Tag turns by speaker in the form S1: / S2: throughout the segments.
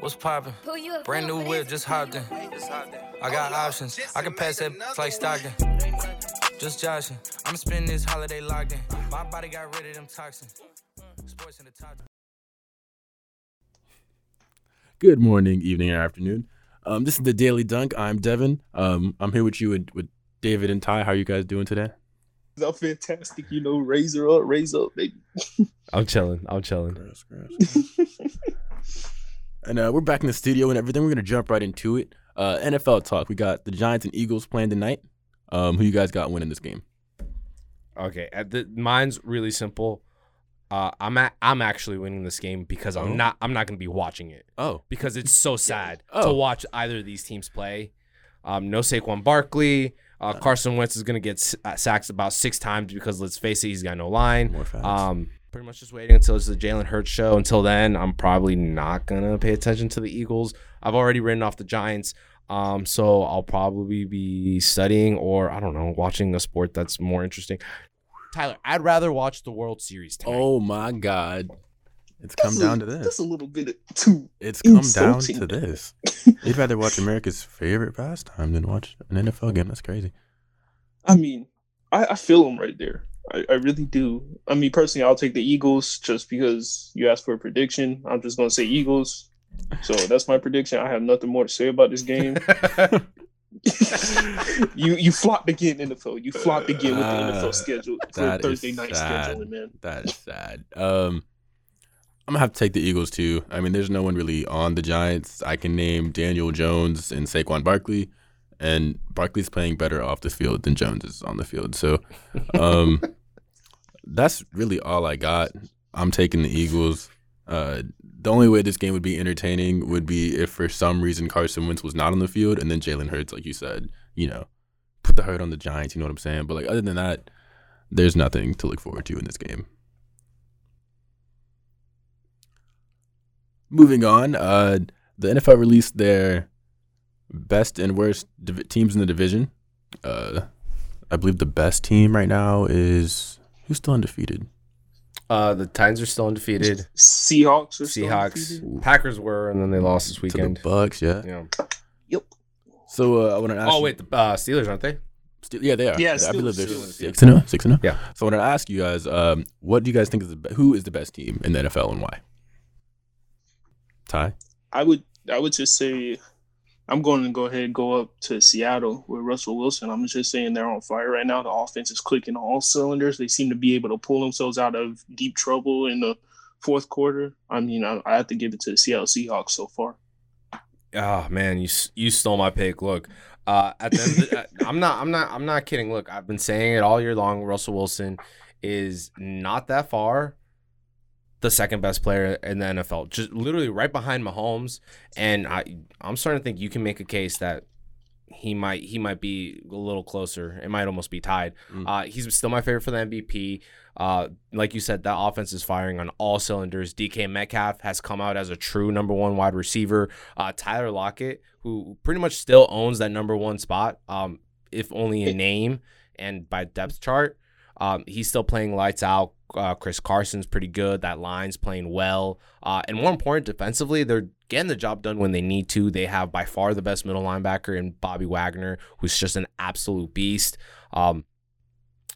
S1: What's poppin'? Brand new whip, just hopped in. I got options. I can pass that like Stockton. Just joshin'. I'm spending this holiday locked in. My body got rid of them toxins. Sports in the top.
S2: Good morning, evening, or afternoon. Um, this is the Daily Dunk. I'm Devin. Um, I'm here with you and with David and Ty. How are you guys doing today?
S3: I'm fantastic, you know. Raise her up, raise up, baby.
S4: I'm chilling. I'm chilling.
S2: Gross, gross. and uh, we're back in the studio and everything. We're gonna jump right into it. Uh, NFL talk. We got the Giants and Eagles playing tonight. Um, who you guys got winning this game?
S4: Okay, at the, mine's really simple. Uh, I'm at, I'm actually winning this game because
S2: Oh.
S4: I'm not I'm not gonna be watching it
S2: Oh,
S4: because it's so sad
S2: Oh.
S4: to watch either of these teams play. Um, no Saquon Barkley. Uh, Carson Wentz is gonna get s- uh, sacks about six times because let's face it, he's got no line.
S2: more fouls.
S4: Um, pretty much just waiting until it's the Jalen Hurts show. Until then, I'm probably not gonna pay attention to the Eagles. I've already written off the Giants. Um, so I'll probably be studying or I don't know, watching a sport that's more interesting. Tyler, I'd rather watch the World Series tonight.
S2: oh my God, it's come
S3: That's a-
S2: down to this.
S3: That's a little bit of too.
S2: It's come down
S3: insulting.
S2: to this. You'd rather watch America's favorite pastime than watch an NFL game. That's crazy.
S3: I mean, I, I feel him right there. I, I really do. I mean, personally, I'll take the Eagles just because you asked for a prediction. I'm just gonna say Eagles. So that's my prediction. I have nothing more to say about this game. you you flopped again, NFL. You flopped again with the
S2: Ah,
S3: NFL schedule, for
S2: that is
S3: Thursday night
S2: sad.
S3: scheduling, man.
S2: That's sad. Um, I'm gonna have to take the Eagles too. I mean, there's no one really on the Giants. I can name Daniel Jones and Saquon Barkley, and Barkley's playing better off the field than Jones is on the field. So, um, that's really all I got. I'm taking the Eagles. Uh, the only way this game would be entertaining would be if, for some reason, Carson Wentz was not on the field, and then Jalen Hurts, like you said, you know, put the hurt on the Giants. You know what I'm saying? But like, other than that, there's nothing to look forward to in this game. Moving on, uh, the NFL released their best and worst div- teams in the division. Uh, I believe the best team right now is who's still undefeated.
S4: Uh, the Titans are still undefeated.
S3: Seahawks or
S4: Seahawks, Packers were, and then they lost this
S2: To
S4: weekend.
S2: the Bucks, yeah.
S4: Yeah.
S3: Yep.
S2: So uh, I want to ask.
S4: Oh
S2: you-
S4: wait, the uh, Steelers aren't they?
S2: Ste- yeah, they are.
S3: Yeah,
S2: I
S3: Steelers,
S2: believe they're
S3: Steelers,
S2: six and zero. Six and zero.
S4: Yeah.
S2: So I want to ask you guys, um, what do you guys think is the be- who is the best team in the NFL and why? Ty.
S3: I would I would just say I'm going to go ahead and go up to Seattle with Russell Wilson. I'm just saying they're on fire right now. The offense is clicking on all cylinders. They seem to be able to pull themselves out of deep trouble in the fourth quarter. I mean, I, I have to give it to the Seattle Seahawks so far.
S4: Oh man, you s- you stole my pick. Look, uh, at the end of the, I'm not I'm not I'm not kidding. Look, I've been saying it all year long. Russell Wilson is not that far, the second best player in the NFL, just literally right behind Mahomes. And I I'm starting to think you can make a case that he might he might be a little closer. It might almost be tied.
S2: Mm.
S4: Uh, he's still my favorite for the MVP. Uh, like you said, that offense is firing on all cylinders. DK Metcalf has come out as a true number one wide receiver uh, Tyler Lockett, who pretty much still owns that number one spot, um, if only in name and by depth chart. Um, he's still playing lights out. Uh, Chris Carson's pretty good. That line's playing well. Uh, and more important, defensively, they're getting the job done when they need to. They have by far the best middle linebacker in Bobby Wagner, who's just an absolute beast. Um,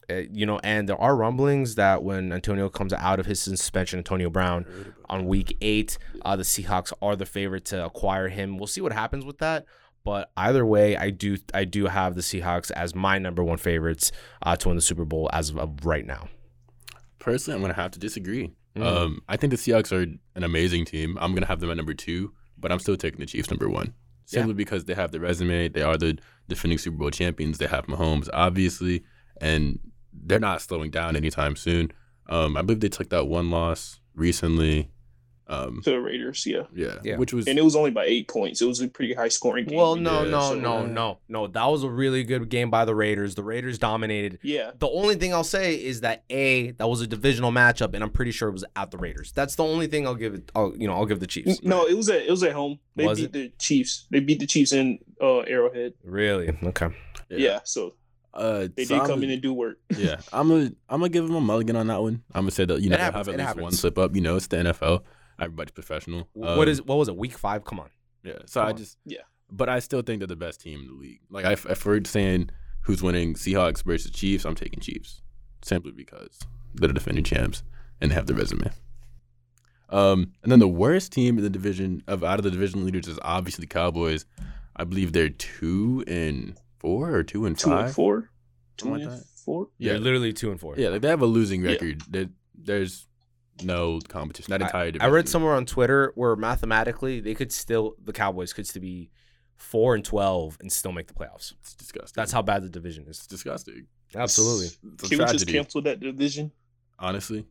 S4: uh, you know, and there are rumblings that when Antonio comes out of his suspension, Antonio Brown, on week eight. Uh, the Seahawks are the favorite to acquire him. We'll see what happens with that. But either way, I do I do have the Seahawks as my number one favorites uh, to win the Super Bowl as of right now.
S2: Personally, I'm gonna have to disagree.
S4: Mm.
S2: Um, I think the Seahawks are an amazing team. I'm gonna have them at number two, but I'm still taking the Chiefs number one
S4: Yeah.
S2: simply because they have the resume. They are the defending Super Bowl champions. They have Mahomes, obviously, and they're not slowing down anytime soon. Um, I believe they took that one loss recently.
S4: Hmm.
S2: Um,
S3: To the Raiders, yeah.
S2: yeah,
S4: Yeah.
S2: which was
S3: And it was only by eight points. It was a pretty high scoring game.
S4: Well, no,
S2: Yeah,
S4: no,
S3: so-
S4: no, no, no. That was a really good game by the Raiders. The Raiders dominated.
S3: Yeah.
S4: The only thing I'll say is that a that was a divisional matchup, and I'm pretty sure it was at the Raiders. That's the only thing I'll give it. I'll, you know, I'll give the Chiefs.
S3: No, it was at it was at home. They
S4: Was
S3: beat
S4: it?
S3: the Chiefs. They beat the Chiefs in uh, Arrowhead.
S4: Really? Okay.
S2: Yeah.
S3: Yeah. so
S2: uh,
S3: they
S2: so
S3: did
S2: I'm-
S3: come in and do work.
S2: yeah, I'm gonna I'm gonna give them a mulligan on that one. I'm gonna say that you know
S4: It
S2: they
S4: happens,
S2: have at
S4: it
S2: least
S4: happens.
S2: one slip up. You know, it's the NFL. Everybody's professional.
S4: W- what
S2: Um,
S4: is what was it? Week five? Come on.
S2: Yeah. So
S4: Come
S2: I
S4: on.
S2: just
S3: Yeah.
S2: but I still think they're the best team in the league. Like I, if we're saying who's winning Seahawks versus Chiefs, I'm taking Chiefs simply because they're the defending champs and they have the resume. Um, and then the worst team in the division of out of the division leaders is obviously Cowboys. I believe they're two and four or two and
S3: Two
S2: five.
S3: and four. Two
S2: Something like
S3: and
S2: that.
S3: four.
S4: Yeah,
S2: Yeah,
S4: literally two and four.
S2: yeah, like they have a losing
S3: Yeah.
S2: record. There- there's no competition. That entire
S4: I
S2: division.
S4: read somewhere on Twitter where mathematically they could still the Cowboys could still be four and twelve and still make the playoffs.
S2: It's disgusting.
S4: That's how bad the division
S2: it's
S4: is.
S2: disgusting.
S4: Absolutely.
S2: It's a
S3: Can we just
S2: tragedy.
S3: cancel that division?
S2: honestly.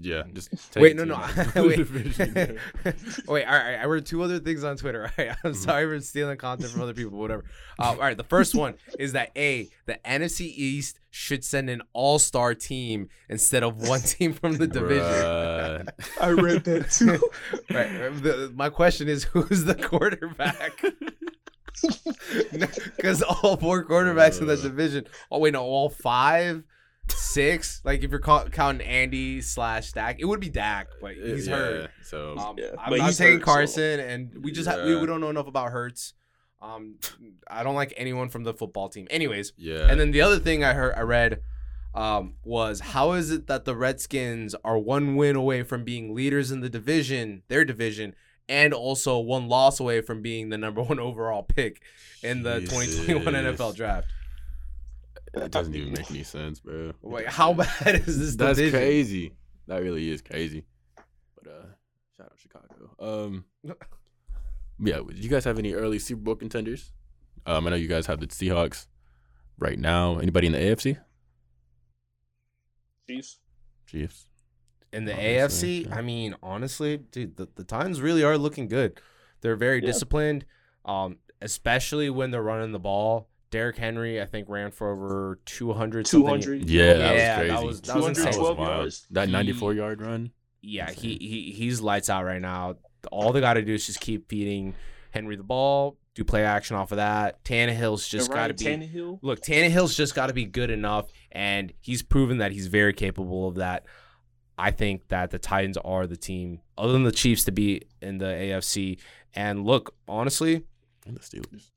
S2: Yeah, just take
S4: Mm. Wait,
S2: it
S4: no,
S2: to
S4: no.
S2: another
S4: Wait.
S2: division.
S4: Wait, all right, all right. I read two other things on Twitter. All right. I'm
S2: Mhm.
S4: sorry for stealing content from other people, but whatever. Uh, all right. The first one is that A, the NFC East should send an all star team instead of one team from the division.
S2: Bruh.
S3: I read that too.
S4: Right. uh, The, my question is who's the quarterback? Because all four quarterbacks in that
S2: Uh.
S4: division. Oh wait, no, all five, six. Like if you're ca- counting Andy slash Dak, it would be Dak, but
S3: Uh,
S4: he's
S2: Yeah,
S4: hurt.
S2: So
S4: Um,
S3: Yeah,
S4: I'm,
S3: but
S4: I'm
S3: he's
S4: taking
S3: hurt, so-
S4: Carson, and we just ha- we,
S2: Yeah.
S4: we don't know enough about Hurts. Um, I don't like anyone from the football team. Anyways,
S2: yeah,
S4: and then the other thing I heard, I read, um, was how is it that the Redskins are one win away from being leaders in the division, their division, and also one loss away from being the number one overall pick in the 2021
S2: Jesus.
S4: NFL draft?
S2: it doesn't even make any sense, bro. It
S4: Wait,
S2: doesn't.
S4: how bad is this
S2: That's
S4: division?
S2: crazy. That really is crazy. But uh, shout out Chicago. Um, yeah. Do you guys have any early Super Bowl contenders? Um, I know you guys have the Seahawks right now. Anybody in the AFC?
S3: Chiefs.
S2: Chiefs.
S4: In the
S2: Obviously,
S4: AFC,
S2: yeah.
S4: I mean, honestly, dude, the, the Titans really are looking good. They're very
S3: Yeah.
S4: disciplined, um, especially when they're running the ball. Derrick Henry, I think, ran for over 200.
S3: Two
S4: something-
S3: hundred.
S2: Yeah,
S4: Yeah, that
S2: that
S4: was-
S2: was crazy.
S4: that was insane.
S3: 212
S2: wild.
S3: yards.
S2: That
S4: He-
S2: 94 yard run.
S4: Yeah,
S2: That's
S4: he, he he's lights out right now. All they got to do is just keep feeding Henry the ball, do play action off of that. Tannehill's just got to be.
S3: Tannehill.
S4: Look, Tannehill's just got to be good enough, and he's proven that he's very capable of that. I think that the Titans are the team, other than the Chiefs, to be in the AFC. And look, honestly,
S2: And the Steelers.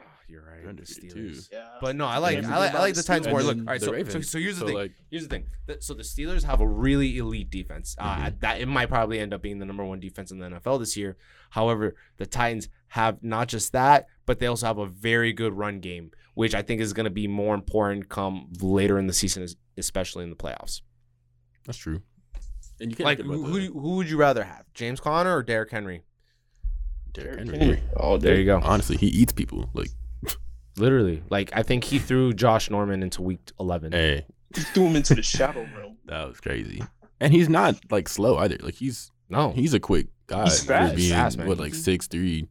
S4: oh, you're right.
S2: They're
S4: The
S2: undefeated, too.
S4: Steelers.
S3: Yeah.
S4: But no, I like
S3: And
S4: I like, I like the
S3: the
S4: Titans more.
S2: And
S4: Look, all
S2: then
S4: right,
S2: the
S4: so, so
S2: Ravens.
S4: so here's the
S2: So,
S4: thing.
S2: like-
S4: here's the thing. The- so the Steelers have a really elite defense. Uh,
S2: Mhm.
S4: That it might probably end up being the number one defense in the NFL this year. However, the Titans have not just that, but they also have a very good run game, which I think is going to be more important come later in the season, es- especially in the playoffs.
S2: That's true. And you can't
S4: Like,
S2: think about
S4: who,
S2: the-
S4: who who would you rather have, James Conner or Derrick Henry?
S2: Derrick
S3: Derrick
S2: Henry.
S3: Henry. All day.
S4: you go.
S2: Honestly, he eats people. Like,
S4: Literally, like I think he threw Josh Norman into Week 11.
S2: hey,
S3: He threw him into the shadow realm.
S2: eh, that was crazy. And he's not like slow either. Like he's
S4: No,
S2: he's a quick guy
S3: He's fast.
S2: for being
S4: Fast, man.
S2: what like six three,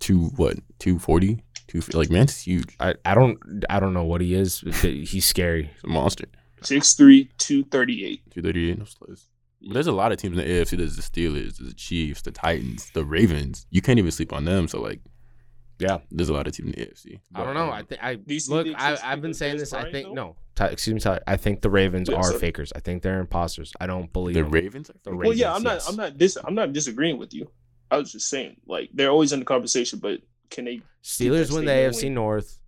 S2: two what two forty two like man, he's huge.
S4: I, I don't I don't know what he is. but He's scary.
S2: He's a monster.
S3: Six three two thirty eight.
S2: Two thirty eight. No slows. But there's a lot of teams in the AFC. There's the Steelers, there's the Chiefs, the Titans, the Ravens. You can't even sleep on them. So like,
S4: Yeah.
S2: there's a lot of teams in the AFC.
S4: I don't know. I
S2: um,
S4: think I
S3: Do you see
S4: look.
S3: the
S4: I,
S3: existence
S4: I've been
S3: of
S4: saying
S3: Des
S4: this. I
S3: Bryant,
S4: think
S3: though?
S4: no. Ty, excuse me, Tyler. I think the Ravens
S3: Yeah,
S4: are
S3: so-
S4: fakers. I think they're imposters. I don't believe
S2: the
S4: them.
S2: Ravens.
S4: The
S2: Are
S4: Ra-
S3: Well, yeah,
S4: Ravens,
S3: I'm
S4: yes.
S3: not. I'm not. Dis- I'm not disagreeing with you. I was just saying, like they're always in the conversation, but can they?
S4: Steelers
S3: Yes,
S4: win the
S3: they will
S4: AFC
S3: win.
S4: North.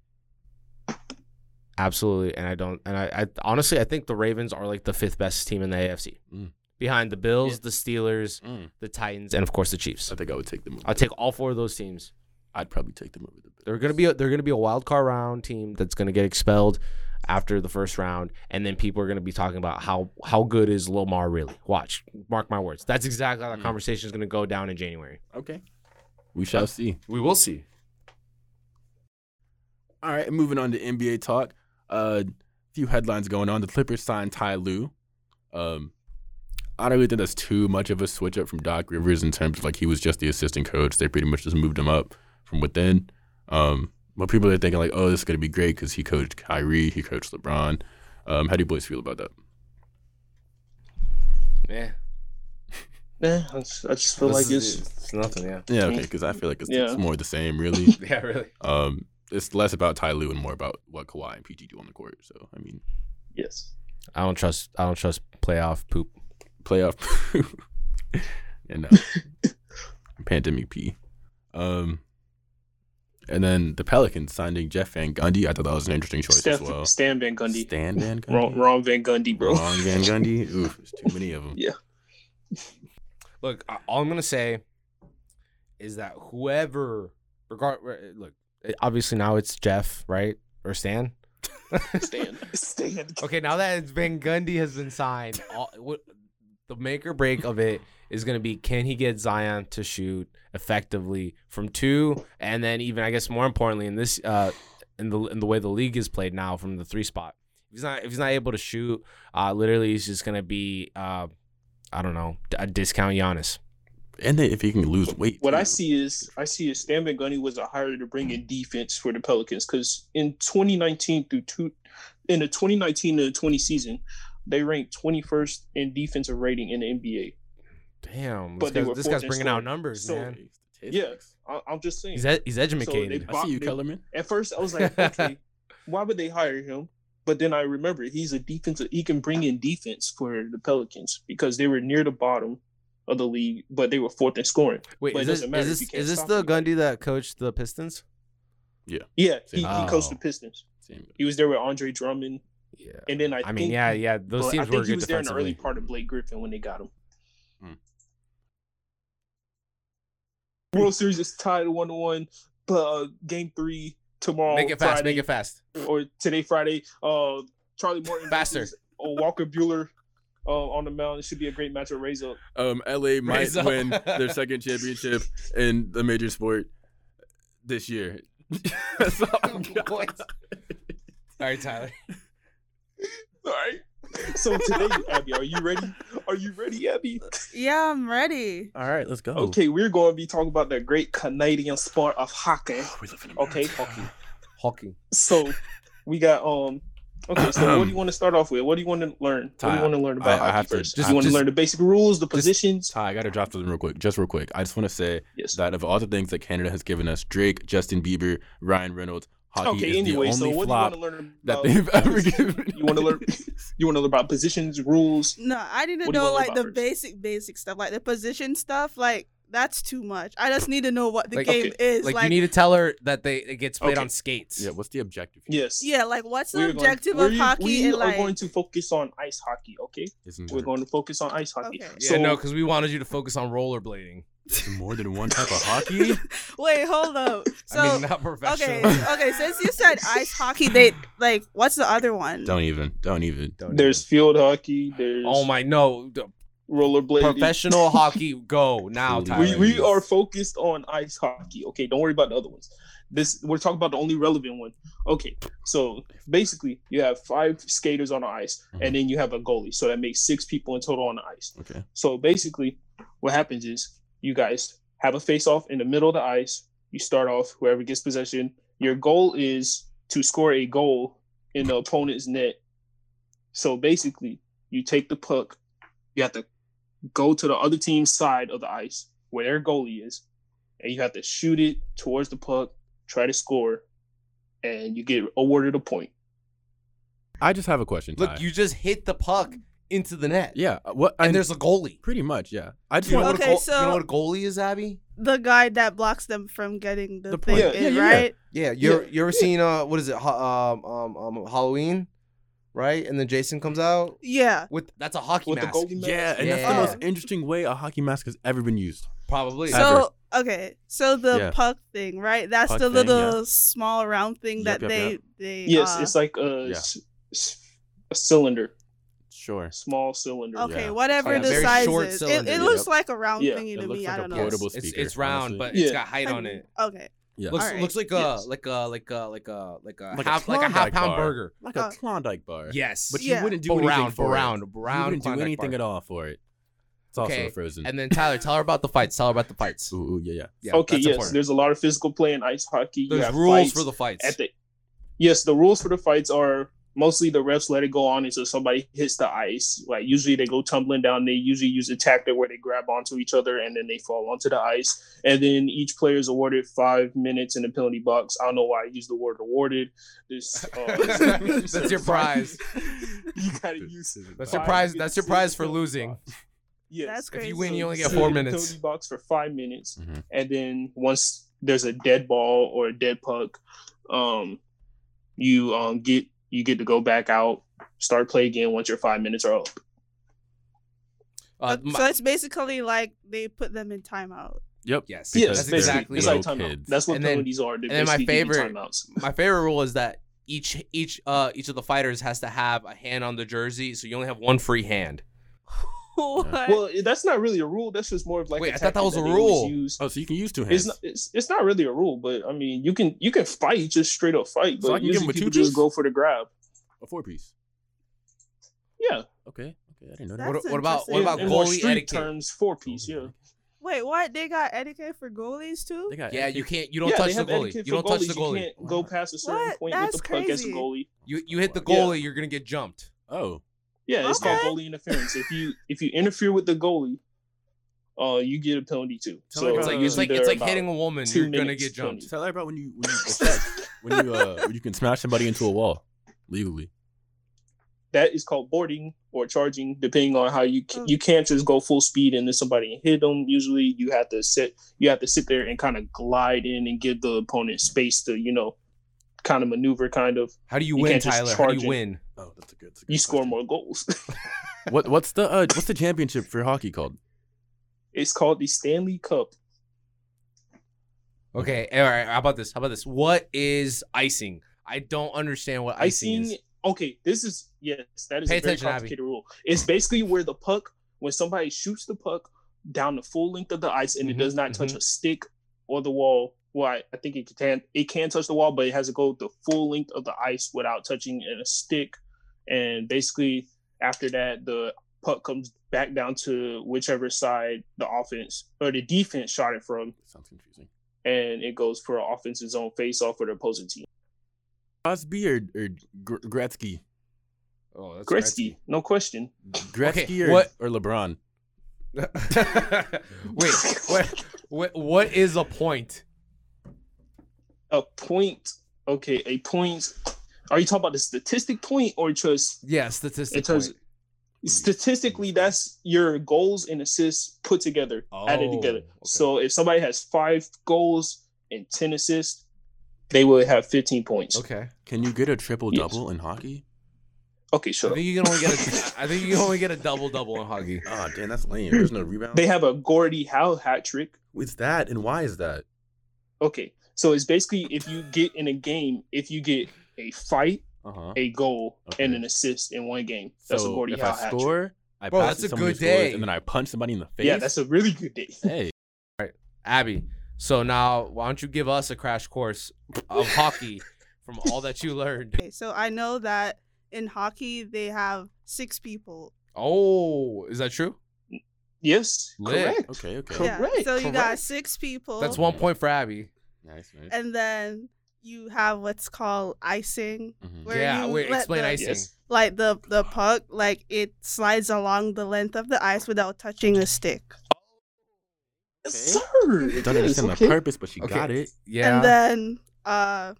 S4: Absolutely, and I don't. And I, I honestly, I think the Ravens are like the fifth best team in the AFC,
S2: Mm.
S4: behind the Bills,
S3: Yeah.
S4: the Steelers,
S2: Mm.
S4: the Titans, and of course the Chiefs.
S2: I think I would take them. Over
S4: I'll take all four of those teams.
S2: I'd probably take them over the Bills.
S4: They're gonna be a, they're gonna be a wild card round team that's gonna get expelled after the first round, and then people are gonna be talking about how how good is Lomar really? Watch, mark my words. That's exactly how the
S2: Mm.
S4: conversation is gonna go down in January.
S2: okay. We shall see.
S4: We will see.
S2: All right, moving on to NBA talk. A uh, few headlines going on. The Clippers signed Ty Lue. Um, I don't really think that's too much of a switch up from Doc Rivers in terms of like he was just the assistant coach. They pretty much just moved him up from within. Um, but people are thinking like, oh, this is gonna be great because he coached Kyrie, he coached LeBron. Um, how do you boys feel about that?
S4: Yeah,
S3: Nah, I just, I just feel like it's.
S4: nothing. Yeah,
S2: Yeah, okay, because I feel like it's,
S3: Yeah.
S2: it's more the same, really.
S4: yeah, really.
S2: um, it's less about Ty Lue and more about what Kawhi and PG do on the court. So I mean,
S3: Yes.
S4: I don't trust I don't trust playoff poop.
S2: playoff. and uh, pandemic P. Um, and then the Pelicans signing Jeff Van Gundy. I thought that was an interesting choice
S3: Steph,
S2: as well.
S3: Stan Van Gundy.
S2: Stan Van Gundy.
S3: Wrong, wrong Van Gundy, bro.
S2: Wrong Van Gundy. Oof, there's too many of them.
S3: Yeah.
S4: Look, I- all I'm gonna say is that whoever, regard, re- look, eh, obviously now it's Jeff, right, or Stan.
S3: Stan. Stan.
S4: Okay, now that it's Van Gundy has been signed, all, what, the make or break of it is gonna be can he get Zion to shoot effectively from two, and then even I guess more importantly in this, uh, in the in the way the league is played now from the three spot. If he's not if he's not able to shoot, uh, literally he's just gonna be, uh, I don't know, a discount Giannis.
S2: And then if he can lose weight.
S3: What I
S2: too.
S3: see is I see is Stan Van Gundy was a hire to bring in defense for the Pelicans because in 2019 through two, in the 2019 to 20 season, they ranked 21st in defensive rating in the NBA.
S4: Damn,
S3: But they
S4: this,
S3: were
S4: guy's, this guy's
S3: fourth in
S4: bringing out
S3: scoring.
S4: numbers,
S3: So-
S4: man.
S3: Yeah. I, I'm just saying.
S4: He's ed- he's educated.
S3: they-
S2: I see you,
S3: They-
S2: Kellerman.
S3: At first, I was like, okay, why would they hire him? But then I remember he's a defensive. He can bring in defense for the Pelicans because they were near the bottom of the league, but they were fourth in scoring.
S4: Wait,
S3: but
S4: is
S3: it
S4: this,
S3: doesn't matter if
S4: is
S3: you
S4: this
S3: can't
S4: is this
S3: stop
S4: the
S3: him.
S4: Gundy that coached the Pistons?
S3: Yeah, he,
S2: Oh.
S3: he coached the Pistons.
S2: Same.
S3: He was there with Andre Drummond,
S4: Yeah.
S3: and then I,
S4: I
S3: think
S4: mean, yeah, yeah. Those
S3: but I
S4: teams
S3: think
S4: were
S3: he
S4: good
S3: was there in the early
S4: defensively.
S3: part of Blake Griffin when they got him.
S2: Hmm.
S3: World Series is tied one to one, but uh, Game Three tomorrow.
S4: Make it fast.
S3: Friday,
S4: Make it fast.
S3: or today Friday. Uh, Charlie Morton
S4: Faster.
S3: versus, uh, Walker Bueller uh, on the mound. It should be a great matchup. Raise up.
S2: Um, LA might
S4: Raise up.
S2: win their second championship in the major sport this year. That's all I got.
S4: What? All right, Tyler.
S3: All right. So today, Abby, are you ready? Are you ready, Abby?
S5: Yeah, I'm ready.
S2: All right, let's go.
S4: Oh.
S3: Okay, we're going to be talking about the great Canadian sport of hockey.
S2: We live in
S3: Okay,
S2: America.
S3: hockey.
S4: Hawking.
S3: So we got um. Okay, so what do you want to start off with? What do you want to learn? What do
S2: Ty,
S3: you want to learn
S2: I-
S3: about
S2: I
S3: hockey
S2: have to-
S3: first?
S2: just-
S3: you want
S2: just-
S3: to learn the basic rules, the positions?
S2: Ty, I gotta drop something real quick. Just real quick. I just want to say
S3: Yes.
S2: that of all the things that Canada has given us, Drake, Justin Bieber, Ryan Reynolds, hockey is
S3: okay.
S2: the
S3: Anyway,
S2: only
S3: so what do you
S2: flop
S3: want to learn
S2: that
S3: about?
S2: they've ever
S3: positions?
S2: given.
S3: You want to learn? You want to learn about positions, rules,
S5: No, I need to
S3: What do you
S5: know
S3: wanna learn
S5: like the
S3: about first?
S5: basic, basic stuff, like the position stuff. Like that's too much. I just need to know what the
S4: Like,
S5: game is.
S4: Like,
S5: Like,
S4: you need to tell her that they it gets played
S3: Okay.
S4: on skates.
S2: Yeah, what's the objective? here?
S3: Yes.
S5: yeah, like what's the
S3: We're going-
S5: objective of
S3: we-
S5: hockey
S3: We
S5: and
S3: are
S5: like
S3: going to focus on ice hockey, okay?
S2: Isn't
S3: We're
S2: there
S3: going to focus on ice hockey.
S5: Okay.
S4: Yeah,
S3: So,
S4: no, because we wanted you to focus on rollerblading.
S2: more than one type of hockey?
S5: Wait, hold up. So
S4: I mean, not
S5: okay,
S4: professional.
S5: okay. Since you said ice hockey, they like what's the other one?
S2: Don't even. Don't even.
S4: Don't
S3: there's field hockey, there's
S4: even. Oh my no, the
S3: rollerblading.
S4: professional hockey. Go now, Tyler.
S3: we, we are focused on ice hockey, okay? Don't worry about the other ones. This we're talking about the only relevant one. Okay. So basically you have five skaters on the ice
S2: Mhm.
S3: and then you have a goalie. So that makes six people in total on the ice.
S2: Okay.
S3: So basically, what happens is you guys have a face off in the middle of the ice. You start off whoever gets possession. Your goal is to score a goal in the opponent's net. So basically, you take the puck. You have to go to the other team's side of the ice where their goalie is, and you have to shoot it towards the puck, try to score, and you get awarded a point.
S2: I just have a question. Ty.
S4: Look, you just hit the puck into the net.
S2: Yeah. What?
S4: And
S2: I-
S4: there's a goalie.
S2: pretty much. Yeah. I just
S4: You know,
S2: want.
S4: what a
S5: Okay,
S4: goal- you know
S5: so-
S4: what a goalie is, Abby?
S5: The guy that blocks them from getting the,
S2: The
S5: thing,
S3: point.
S2: Yeah,
S5: in,
S2: yeah, yeah, yeah.
S5: right?
S4: Yeah, you're
S3: Yeah.
S4: you ever seen uh what is it ha- um um um Halloween, right? And then Jason comes out
S5: Yeah.
S4: with that's a hockey
S3: With the
S4: mask,
S3: goalie mask.
S2: Yeah, and that's the
S4: Yeah.
S2: most interesting way a hockey mask has ever been used.
S4: probably.
S5: So okay, so the
S2: Yeah.
S5: puck thing, right? That's
S2: Puck
S5: the
S2: thing,
S5: little small round thing
S2: Yep,
S5: that
S2: yep,
S5: they
S2: yep.
S5: they.
S3: Yes,
S5: uh,
S3: it's like a,
S2: Yeah.
S3: s- s- a cylinder,
S2: Sure.
S3: a small cylinder.
S5: okay,
S2: yeah.
S5: whatever
S4: Yeah,
S5: the
S4: very
S5: size
S4: short
S5: is. It,
S4: cylinder,
S5: it looks
S2: yep.
S5: like a round
S3: Yeah,
S5: thingy
S2: it
S5: to
S2: looks
S5: me.
S2: like
S5: I
S2: a
S5: don't know.
S2: portable
S4: it's,
S2: speaker,
S4: it's round, but
S2: honestly.
S4: it's
S3: Yeah.
S4: got height
S5: I
S4: on
S5: mean,
S4: it.
S5: Okay.
S2: Yeah.
S4: Looks
S5: Alright.
S4: looks like a
S3: Yes.
S4: like a like a like a like a
S2: Like a
S4: half like a half
S2: Klondike
S4: pound
S2: bar.
S4: burger.
S2: Like a
S5: Uh,
S2: Klondike bar.
S4: Yes,
S2: But
S4: but
S5: you
S2: you
S5: Yeah.
S2: wouldn't
S5: wouldn't
S2: do anything
S4: brown,
S2: for
S4: brown,
S2: it. You
S4: brown.
S2: wouldn't do
S4: Klondike
S2: anything
S4: bar.
S2: at all for it. It's
S4: also Okay,
S2: also frozen.
S4: And then Tyler, tell her about the fights. Tell her about the fights.
S2: ooh, ooh, yeah, yeah.
S4: Yeah,
S3: okay,
S4: that's
S3: yes,
S4: important.
S3: there's a lot of physical play in ice hockey. You
S4: there's
S3: have
S4: rules
S3: fights
S4: for the fights.
S3: at the yes. The rules for the fights are mostly the refs let it go on until somebody hits the ice. Like usually they go tumbling down. They usually use a tactic where they grab onto each other and then they fall onto the ice. And then each player is awarded five minutes in the penalty box. I don't know why I use the word awarded. This uh,
S4: that's your prize.
S3: you gotta use.
S4: That's
S3: five
S4: your prize.
S3: minutes
S4: That's your
S3: in
S4: prize
S3: the
S4: for
S3: penalty
S4: losing.
S3: box. Yes.
S5: That's
S4: If
S5: crazy.
S4: you win, you only get
S3: sit
S4: four
S3: in the
S4: minutes.
S3: penalty box for five minutes,
S2: Mhm.
S3: and then once there's a dead ball or a dead puck, um, you um get you get to go back out, start play again once your five minutes are up.
S4: Uh,
S5: Uh,
S4: my-
S5: so it's basically like they put them in timeout.
S2: Yep.
S4: yes.
S2: Because
S3: yes,
S4: that's
S2: they're
S4: exactly.
S3: it's
S2: little
S3: like timeout.
S2: kids.
S3: That's what
S4: And then-
S3: penalties are. They're
S4: and then my
S3: basically giving
S4: favorite-
S3: timeouts.
S4: my favorite rule is that each each uh each of the fighters has to have a hand on the jersey, so you only have one free hand.
S5: what?
S3: Well, that's not really a rule. That's just more of like
S4: Wait,
S3: a
S4: I thought that was
S3: tactic
S4: a
S3: they always
S4: rule.
S3: use.
S2: Oh, so you can use two hands.
S3: It's not, it's, it's not really a rule, but I mean, you can you can fight, just straight up fight.
S2: So
S3: But
S2: I can give
S3: usually
S2: him a
S3: people
S2: two-piece?
S3: just go for the grab.
S2: a four piece.
S3: Yeah,
S2: Okay. Okay. I didn't know that.
S5: That's
S4: What- what about-
S5: interesting.
S4: what about
S3: in more
S4: goalie
S3: street
S4: etiquette?
S3: terms, four piece. Yeah,
S5: Wait, what? They got etiquette for goalies too?
S2: They got
S4: Yeah, you can't. You don't
S3: Yeah, they
S4: touch the
S3: have
S4: goalie. You
S3: etiquette
S4: don't
S3: for
S4: touch the
S3: goalies. You
S4: goalie.
S3: can't go
S2: Wow.
S3: past a certain
S5: What?
S3: point
S5: That's
S3: with the puck as a
S5: crazy.
S3: goalie.
S4: You you hit the
S2: Yeah.
S4: goalie, you're gonna get jumped.
S2: Oh.
S3: Yeah, it's
S5: Okay.
S3: called goalie interference. If you if you interfere with the goalie, uh, you get a penalty too.
S2: Tell
S3: So
S2: me
S4: It's
S2: about-
S4: like
S2: Uh,
S4: it's like
S3: they're
S4: it's like
S3: about-
S4: hitting a woman.
S3: two
S4: You're gonna
S3: minutes,
S4: get jumped.
S2: Tell her about when you when you when you uh when you can smash somebody into a wall legally.
S3: that is called boarding or charging, depending on how you
S5: Mm.
S3: you can't just go full speed into somebody and hit them. Usually, you have to sit you have to sit there and kind of glide in and give the opponent space to you know kind of maneuver. Kind of
S4: How do you,
S3: You
S4: win,
S3: can't just
S4: Tyler? How do
S3: charge
S4: you
S3: it.
S4: win?
S2: Oh, that's a good. That's a good
S3: you score
S2: question.
S3: more goals.
S2: What what's the uh what's the championship for hockey called?
S3: it's called the Stanley Cup.
S4: Okay, all right. How about this? How about this? What is icing? I don't understand what icing,
S3: Icing.
S4: is.
S3: Okay, this is yes, that is
S4: Pay
S3: a very
S4: attention, Abby.
S3: complicated rule. It's basically where the puck, when somebody shoots the puck down the full length of the ice and
S4: Mhm,
S3: it does not touch a stick or the wall. Well, I, I think it can it can touch the wall, but it has to go the full length of the ice without touching a stick. And basically, after that, the puck comes back down to whichever side the offense or the defense shot it from,
S2: sounds confusing.
S3: and it goes for offense's own face off with the opposing team.
S2: Crosby or, or Gr- Gretzky?
S4: Oh, that's
S3: Gretzky, no question.
S2: Gretzky
S4: Okay,
S2: or,
S4: what-
S2: or LeBron?
S4: Gretzky. Wait, what, what? What is a point?
S3: a point. Okay, a point. Are you talking about the statistic point or just
S4: Yeah,
S3: in
S4: statistic.
S3: terms?
S4: point.
S3: Statistically, that's your goals and assists put together, added
S4: Oh,
S3: together.
S4: okay.
S3: So if somebody has five goals and ten assists, they would have fifteen points. Okay,
S4: Okay.
S2: Can you get a triple
S3: Yes.
S2: double in hockey?
S4: I
S3: shut up.
S4: think you can only get. A, I think you can only get a double double in hockey.
S2: Oh, damn, that's lame. There's no rebound.
S3: They have a Gordie Howe hat trick.
S2: What's that and why is that?
S3: Okay, so it's basically if you get in a game, if you get a fight,
S2: Uh huh.
S3: a goal, and
S2: Okay.
S3: an assist in one game, that's a
S2: So
S3: Gordie
S2: if I
S3: Howe hat trick.
S2: score, I
S4: Bro,
S2: pass
S4: that's
S2: it
S4: a
S2: to someone who
S4: good
S2: scores,
S4: day.
S2: and then I punch somebody in the face.
S3: Yeah, that's a really good day.
S2: hey.
S4: Abby, so now why don't you give us a crash course of hockey from all that you learned?
S5: Okay, so I know that in hockey they have six people.
S4: Oh, is that true?
S3: Yes,
S4: Lit.
S3: correct.
S2: Okay, okay.
S3: Cool.
S5: Yeah.
S3: Correct,
S5: So you got
S4: correct.
S5: six people.
S4: That's one point for Abby.
S2: Nice, nice.
S5: And then you have what's called icing,
S2: Mhm.
S5: Where
S4: yeah,
S5: you
S4: wait,
S5: let
S4: explain
S5: the-
S4: icing.
S3: Yes.
S5: like the the puck, like it slides along the length of the ice without touching a stick.
S3: Yes, sir.
S2: Don't
S3: Yes,
S2: understand
S3: okay.
S2: the purpose, but she
S4: Okay.
S2: got it.
S4: Yeah.
S5: And then uh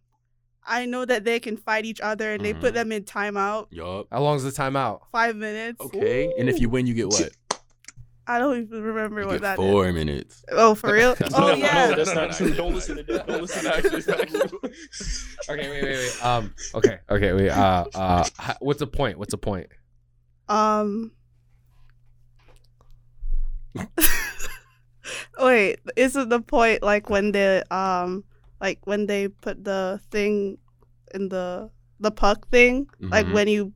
S5: I know that they can fight each other and they put
S2: Mhm.
S5: them in timeout.
S2: Yup.
S4: How long's the timeout?
S5: Five minutes.
S2: Okay. And if you win, you get what?
S5: I don't even remember
S2: You
S5: what
S2: get
S5: that is.
S2: four minutes.
S5: Oh, for real?
S4: That's
S5: oh
S3: no,
S4: not-
S5: yeah.
S3: no, that's not true. Don't listen to that. Don't listen to that.
S2: Actually, actually.
S4: Okay, wait, wait, wait. Um, okay, okay, wait. Uh, uh, h- what's the point? What's the point?
S5: Um. Wait, isn't the point like when they um like when they put the thing in the the puck thing? Like
S2: Mhm.
S5: when you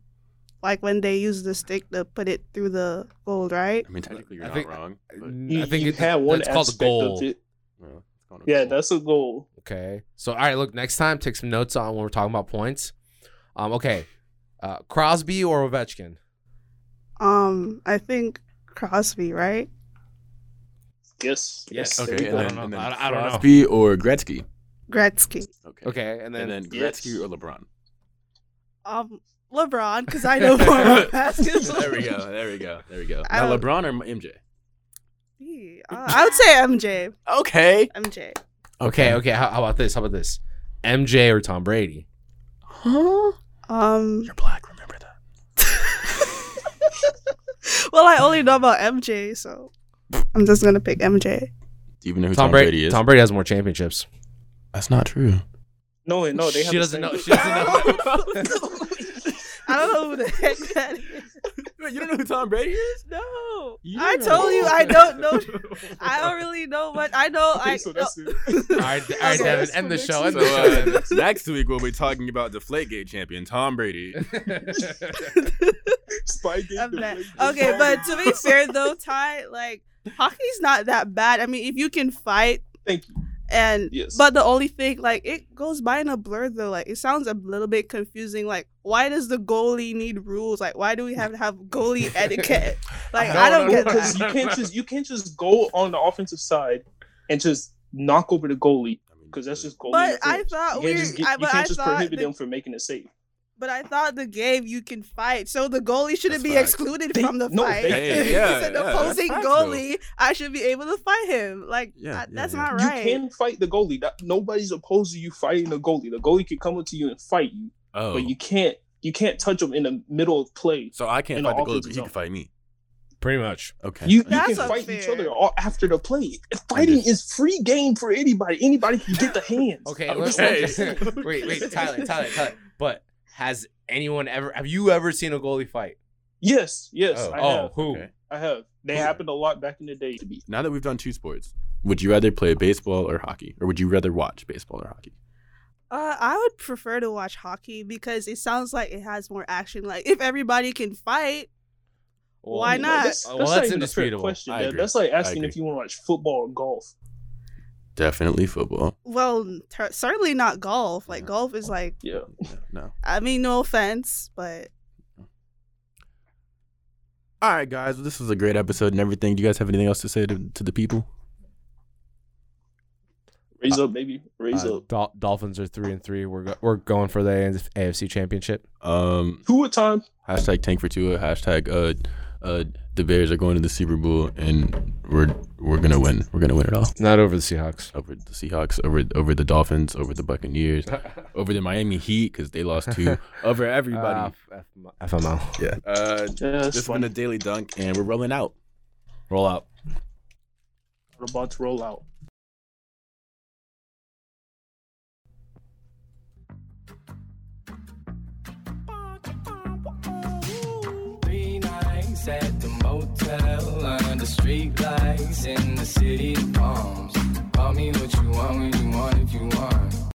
S5: like when they use the stick to put it through the goal, right?
S2: I mean, technically, you're
S4: I
S2: not
S4: think-
S2: wrong. But,
S3: You,
S4: I
S3: think
S4: think
S3: you
S4: it's
S3: had one
S4: that's
S3: aspect
S4: called a goal.
S3: of it.
S2: well, it's called a
S3: Yeah,
S2: goal.
S3: that's a goal.
S4: Okay. So all right, look, next time take some notes on when we're talking about points. Um, okay. Uh, Crosby or Ovechkin?
S5: Um, I think Crosby, right?
S3: Yes. Yes.
S4: Okay,
S3: There
S2: Okay,
S3: you
S2: and
S3: go.
S4: I don't
S2: then,
S4: know.
S2: and then
S4: I- I don't know.
S2: Crosby or Gretzky.
S5: Gretzky.
S2: Okay.
S4: Okay, and then,
S2: And then
S3: Yes.
S2: Gretzky or LeBron.
S5: Um, LeBron, because I know more
S2: there
S5: about basketball.
S2: we go. There we go. There we go.
S5: I
S2: Now
S3: Um,
S5: don't-
S2: LeBron or MJ.
S5: Gee, uh, I would say MJ.
S2: Okay.
S5: MJ.
S4: okay, okay. How, how about this? How about this? MJ or Tom Brady?
S2: Huh?
S5: Um,
S2: You're black. Remember that.
S5: well, I only know about MJ, so I'm just gonna pick MJ.
S2: Do you even know who
S4: Tom,
S2: Tom,
S4: Brady,
S2: is?
S4: Tom Brady has more championships.
S2: That's not true.
S3: No, wait, no, they have
S4: she
S3: the
S4: doesn't
S3: same-
S4: know. She doesn't
S5: I don't know who the heck that is.
S2: you don't know who Tom Brady is?
S5: No,
S2: You
S5: I
S2: know.
S5: told you I don't know. I don't really know much. I know.
S3: Okay,
S5: I oh.
S3: so that's it.
S4: know. all right, all right, Devin,
S3: So that's
S4: end the
S3: for
S4: show. End
S3: next
S2: So,
S4: the show. Devin.
S2: uh, next week we'll be talking about Deflategate champion Tom Brady.
S3: Spygate
S5: I'm mad.
S3: deflated.
S5: Okay, but to be fair though, Ty, like hockey's not that bad. I mean, if you can fight,
S3: Thank you.
S5: and
S3: Yes.
S5: but the only thing, like, it goes by in a blur though. Like, it sounds a little bit confusing. Like, why does the goalie need rules? Like, why do we have to have goalie etiquette? Like,
S4: No,
S5: I don't
S4: no,
S5: get
S4: no,
S5: that.
S3: because you can't just you can't just go on the offensive side and just knock over the goalie because that's just goalie.
S5: But I
S3: interference.
S5: thought
S3: you
S5: we-
S3: can't just, get-
S5: I-
S3: you
S5: but
S3: can't
S5: I
S3: just
S5: thought
S3: prohibit
S5: that-
S3: them from making a save.
S5: But I thought the game you can fight, so the goalie shouldn't
S2: That's
S5: be
S2: facts.
S5: excluded
S3: They-
S5: from the
S3: no,
S5: fight.
S3: they-
S5: if
S2: Yeah,
S5: it's an
S2: yeah, that's
S5: opposing
S2: facts, though.
S5: goalie, I should be able to fight him. Like,
S2: Yeah,
S5: that-
S2: yeah,
S5: that's
S2: yeah.
S5: not
S3: You
S5: right.
S3: can fight the goalie. That, nobody's opposed to you fighting the goalie. The goalie could come up to you and fight you,
S2: Oh,
S3: but you can't you can't touch him in the middle of play.
S2: so I can't
S3: in the
S2: fight the goalie,
S3: offensive
S2: but he
S3: zone.
S2: can fight me.
S4: Pretty much.
S2: Okay.
S3: You, you
S5: That's
S3: can fight each
S5: unfair.
S3: other all after the play. Fighting
S2: just-
S3: is free game for anybody. Anybody can get the hands.
S4: Okay.
S2: Okay.
S4: let's- let's- wait, wait, Tyler, Tyler, Tyler. But has anyone ever? Have you ever seen a goalie fight?
S3: Yes, yes,
S4: oh,
S3: I
S4: oh,
S3: have.
S4: who?
S2: Okay.
S3: I have. They
S2: Cool.
S3: happened a lot back in the day. To be
S2: Now that we've done two sports, would you rather play baseball or hockey, or would you rather watch baseball or hockey?
S5: Uh, I would prefer to watch hockey because it sounds like it has more action. Like if everybody can fight, Why
S3: No,
S5: not?
S3: that's-
S4: Well,
S3: that's
S4: that's
S3: not even a fair
S4: indisputable.
S3: question,
S2: I
S3: man.
S2: agree.
S3: That's like
S2: I
S3: asking
S2: agree.
S3: if you want to watch football or golf.
S2: Definitely football.
S5: well, ter- certainly not golf. Like
S2: Yeah.
S5: golf is like,
S3: Yeah.
S2: Yeah, no.
S5: I mean, no offense, but
S2: All right, guys. This was a great episode and everything. Do you guys have anything else to say to, to the people?
S3: Raise up, baby. Raise
S4: Uh,
S3: up.
S4: Dol- Dolphins are three and three. We're go- we're going for the AFC championship.
S2: Um,
S3: Two a time.
S2: hashtag tank for Tua. Hashtag uh, uh, the Bears are going to the Super Bowl and we're we're gonna win. We're gonna win it all.
S4: Not over the Seahawks.
S2: Over the Seahawks, over over the Dolphins, over the Buccaneers, over the Miami Heat because they lost two. over
S4: Uh,
S2: everybody.
S4: FML.
S2: yeah. Ah. Uh,
S3: Yeah, that's
S2: just won
S3: funny.
S2: a daily dunk and we're rolling out.
S4: Roll out.
S3: We're about to roll out.
S6: Three nights at the motel under street lights in the city of palms. Call me what you want when you want if you want.